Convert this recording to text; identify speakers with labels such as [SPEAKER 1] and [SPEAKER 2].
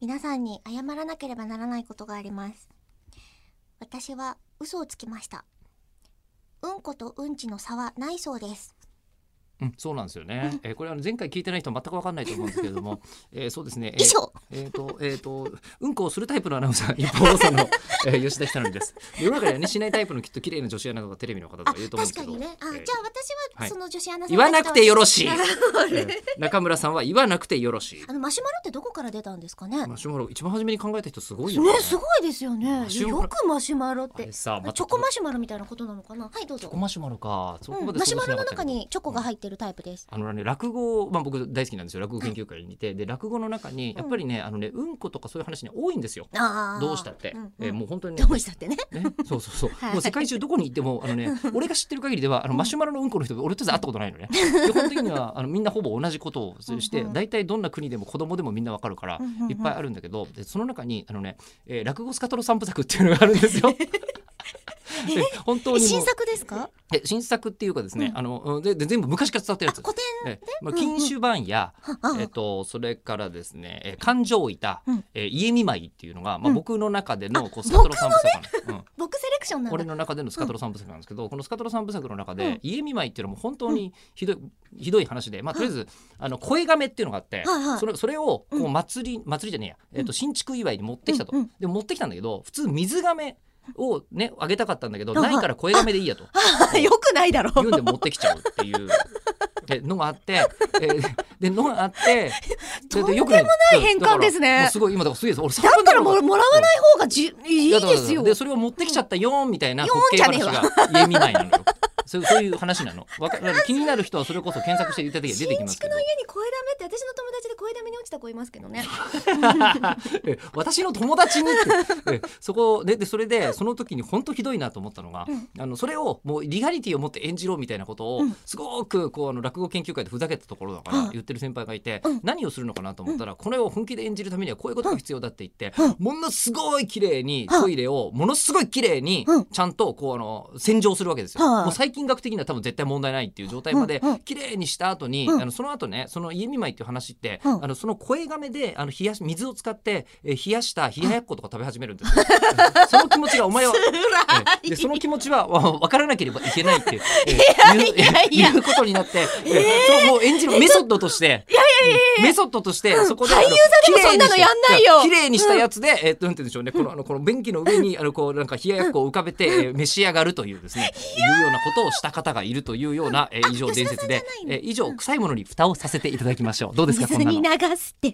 [SPEAKER 1] 皆さんに謝らなければならないことがあります。私は嘘をつきました。うんことうんちの差はないそうです。
[SPEAKER 2] うん、そうなんですよね。えーこれは前回聞いてない人は全く分かんないと思うんですけれども、 えーそうですね。えー
[SPEAKER 1] 以上
[SPEAKER 2] えっ、と、えっ、と、うんこをするタイプのアナウンサー、一方放送の、 えー吉田ひたのりです。世の中にはね、しないタイプのきっと綺麗な女子アナとかテレビの方と
[SPEAKER 1] あ、
[SPEAKER 2] かいると思うん
[SPEAKER 1] 確
[SPEAKER 2] です
[SPEAKER 1] か
[SPEAKER 2] けど。
[SPEAKER 1] にね。あ、
[SPEAKER 2] え
[SPEAKER 1] じ
[SPEAKER 2] ー
[SPEAKER 1] ゃあ私は
[SPEAKER 2] はい
[SPEAKER 1] その女子アナさん
[SPEAKER 2] 言わなくてよろしい、
[SPEAKER 1] あ
[SPEAKER 2] えー中村さんは言わなくてよろしい
[SPEAKER 1] あ。のマシュマロってどこから出たんですかね。
[SPEAKER 2] マシュマロ、一番初めに考えた人すごいよね。
[SPEAKER 1] ね、すごいですよね。
[SPEAKER 2] マシュマロ
[SPEAKER 1] よくマシュマロっ
[SPEAKER 2] あれ
[SPEAKER 1] て。
[SPEAKER 2] さ、まあ、
[SPEAKER 1] チョコマシュマロみたいなことなのかな。はい、どう
[SPEAKER 2] チ
[SPEAKER 1] ぞ
[SPEAKER 2] ョコ。マシュマロか。そこ
[SPEAKER 1] う
[SPEAKER 2] ま
[SPEAKER 1] ん、
[SPEAKER 2] で
[SPEAKER 1] マシュ
[SPEAKER 2] 想
[SPEAKER 1] マ
[SPEAKER 2] 像しな
[SPEAKER 1] ロの
[SPEAKER 2] かったけど
[SPEAKER 1] 中にチョコが入ってるタイプです。
[SPEAKER 2] あのね、落語、まあ、僕大好きなんですよ落語研究会にいてで落語の中にやっぱりね,、あのねうんことかそういう話ね多いんですよ
[SPEAKER 1] ああ。
[SPEAKER 2] どうしたって、
[SPEAKER 1] んん
[SPEAKER 2] えーもう本当にね
[SPEAKER 1] どうしたってね。
[SPEAKER 2] ね、そうそうそう、
[SPEAKER 1] はい
[SPEAKER 2] もう世界中どこに行ってもあ のね俺が知ってる限りではあのマシュマロのうんこの人俺と会ったことないのね基本的にはあのみんなほぼ同じことをし
[SPEAKER 1] う
[SPEAKER 2] て
[SPEAKER 1] んうん
[SPEAKER 2] 大体どんな国でも子供でもみんなわかるから
[SPEAKER 1] うんうんうん
[SPEAKER 2] いっぱいあるんだけどでその中にあのね、えー落語スカトロ三部作っていうのがあるんですよ。え本当
[SPEAKER 1] え
[SPEAKER 2] にも
[SPEAKER 1] 新
[SPEAKER 2] う
[SPEAKER 1] 作ですか。
[SPEAKER 2] え新作っていうかですね、
[SPEAKER 1] うん
[SPEAKER 2] あのうんでで全部昔から伝わってるやつ
[SPEAKER 1] 古典。
[SPEAKER 2] えま
[SPEAKER 1] う
[SPEAKER 2] あ、
[SPEAKER 1] んうん
[SPEAKER 2] 禁酒版や、
[SPEAKER 1] はあ
[SPEAKER 2] えっと、それからですね、えー感情板、
[SPEAKER 1] うん
[SPEAKER 2] えー家見舞いっていうのが、ま
[SPEAKER 1] う
[SPEAKER 2] あ、
[SPEAKER 1] ん
[SPEAKER 2] 僕の中でのこう
[SPEAKER 1] あ
[SPEAKER 2] スカトロ三部作なのうん
[SPEAKER 1] 僕セレクションなん
[SPEAKER 2] 俺
[SPEAKER 1] だ。
[SPEAKER 2] の中でのスカトロ三部作なんですけど、このスカトロ三部作の中で、
[SPEAKER 1] うん
[SPEAKER 2] 家見舞いっていうのも本当にひどい、ひどい話で、まあ、とりあえず、あの声がめっていうのがあって、
[SPEAKER 1] はいはい
[SPEAKER 2] それそれをこ
[SPEAKER 1] う
[SPEAKER 2] う祭り、祭りじゃねえや、えっと新築祝いに持ってきたと、
[SPEAKER 1] うんうん
[SPEAKER 2] で持ってきたんだけど普通水がめをねあげたかったんだけど、
[SPEAKER 1] はい
[SPEAKER 2] ないから声がめでいいやと。
[SPEAKER 1] よくないだろ
[SPEAKER 2] 言うんで持ってきちゃうって いうえのがあって、えーでのがあって
[SPEAKER 1] とんでも
[SPEAKER 2] よくない
[SPEAKER 1] 変換ですね
[SPEAKER 2] だからもうすごい今だからすげえです俺
[SPEAKER 1] だったらもうもらわないい方がじいい
[SPEAKER 2] や
[SPEAKER 1] で
[SPEAKER 2] だから
[SPEAKER 1] すよ。
[SPEAKER 2] でそれを持ってきちゃったよーみたいな
[SPEAKER 1] よ
[SPEAKER 2] 滑
[SPEAKER 1] ーん
[SPEAKER 2] 稽
[SPEAKER 1] じゃねえわ
[SPEAKER 2] 話が家見ないなのよそうそういう話なのわか気になる人はそれこそ検索していただけ出
[SPEAKER 1] 新
[SPEAKER 2] てきますけ
[SPEAKER 1] 築
[SPEAKER 2] ど
[SPEAKER 1] の家に声だめって私の友達で声だめに落ちた子いますけどね。
[SPEAKER 2] え私の友達にってえそこででそれでその時に本当ひどいなと思ったのが、
[SPEAKER 1] うん
[SPEAKER 2] あのそれをもうリアリティを持って演じろみたいなことを
[SPEAKER 1] うん
[SPEAKER 2] すごくこうあの落語研究会でふざけたところだから
[SPEAKER 1] うん
[SPEAKER 2] 言ってる先輩がいて、
[SPEAKER 1] うん
[SPEAKER 2] 何をするのかなと思ったら、これを本気で演じるためにはこういうことが必要だって言って、
[SPEAKER 1] うん
[SPEAKER 2] ものすごい綺麗に
[SPEAKER 1] うん
[SPEAKER 2] トイレをものすごい綺麗に
[SPEAKER 1] うん
[SPEAKER 2] ちゃんとこうあの洗浄するわけですよ。
[SPEAKER 1] はい
[SPEAKER 2] もう最近学的には多分絶対問題ないっていう状態まで
[SPEAKER 1] うんうん
[SPEAKER 2] 綺麗にした後に、
[SPEAKER 1] うん
[SPEAKER 2] あのその後ねその家見舞いっていう話って、
[SPEAKER 1] うん
[SPEAKER 2] あのその声がめであの冷やし水を使って、えー冷やした冷ややっことか食べ始めるんで すよ。 その気持ちがお前はえーでその気持ちはわ分からなければいけないって、えーい う
[SPEAKER 1] いやいや
[SPEAKER 2] いうことになって、えーそのもう演じるメソッドとして、うんメソッドとしてそこで、
[SPEAKER 1] 俳優さんでもそんなのやんないよ
[SPEAKER 2] 綺麗にしたやつで、えーっとなんて言うんでしょうねこのあのこの便器の上にあのこうなんか冷ややっこを浮かべて、えー召し上がるというですねいうようなことをした方がいるというような、えー以上伝説で
[SPEAKER 1] 吉田さんじゃない、の
[SPEAKER 2] えー以上臭いものに蓋をさせていただきましょうどうですかこ ん
[SPEAKER 1] 水
[SPEAKER 2] な
[SPEAKER 1] に
[SPEAKER 2] の。
[SPEAKER 1] 流すって。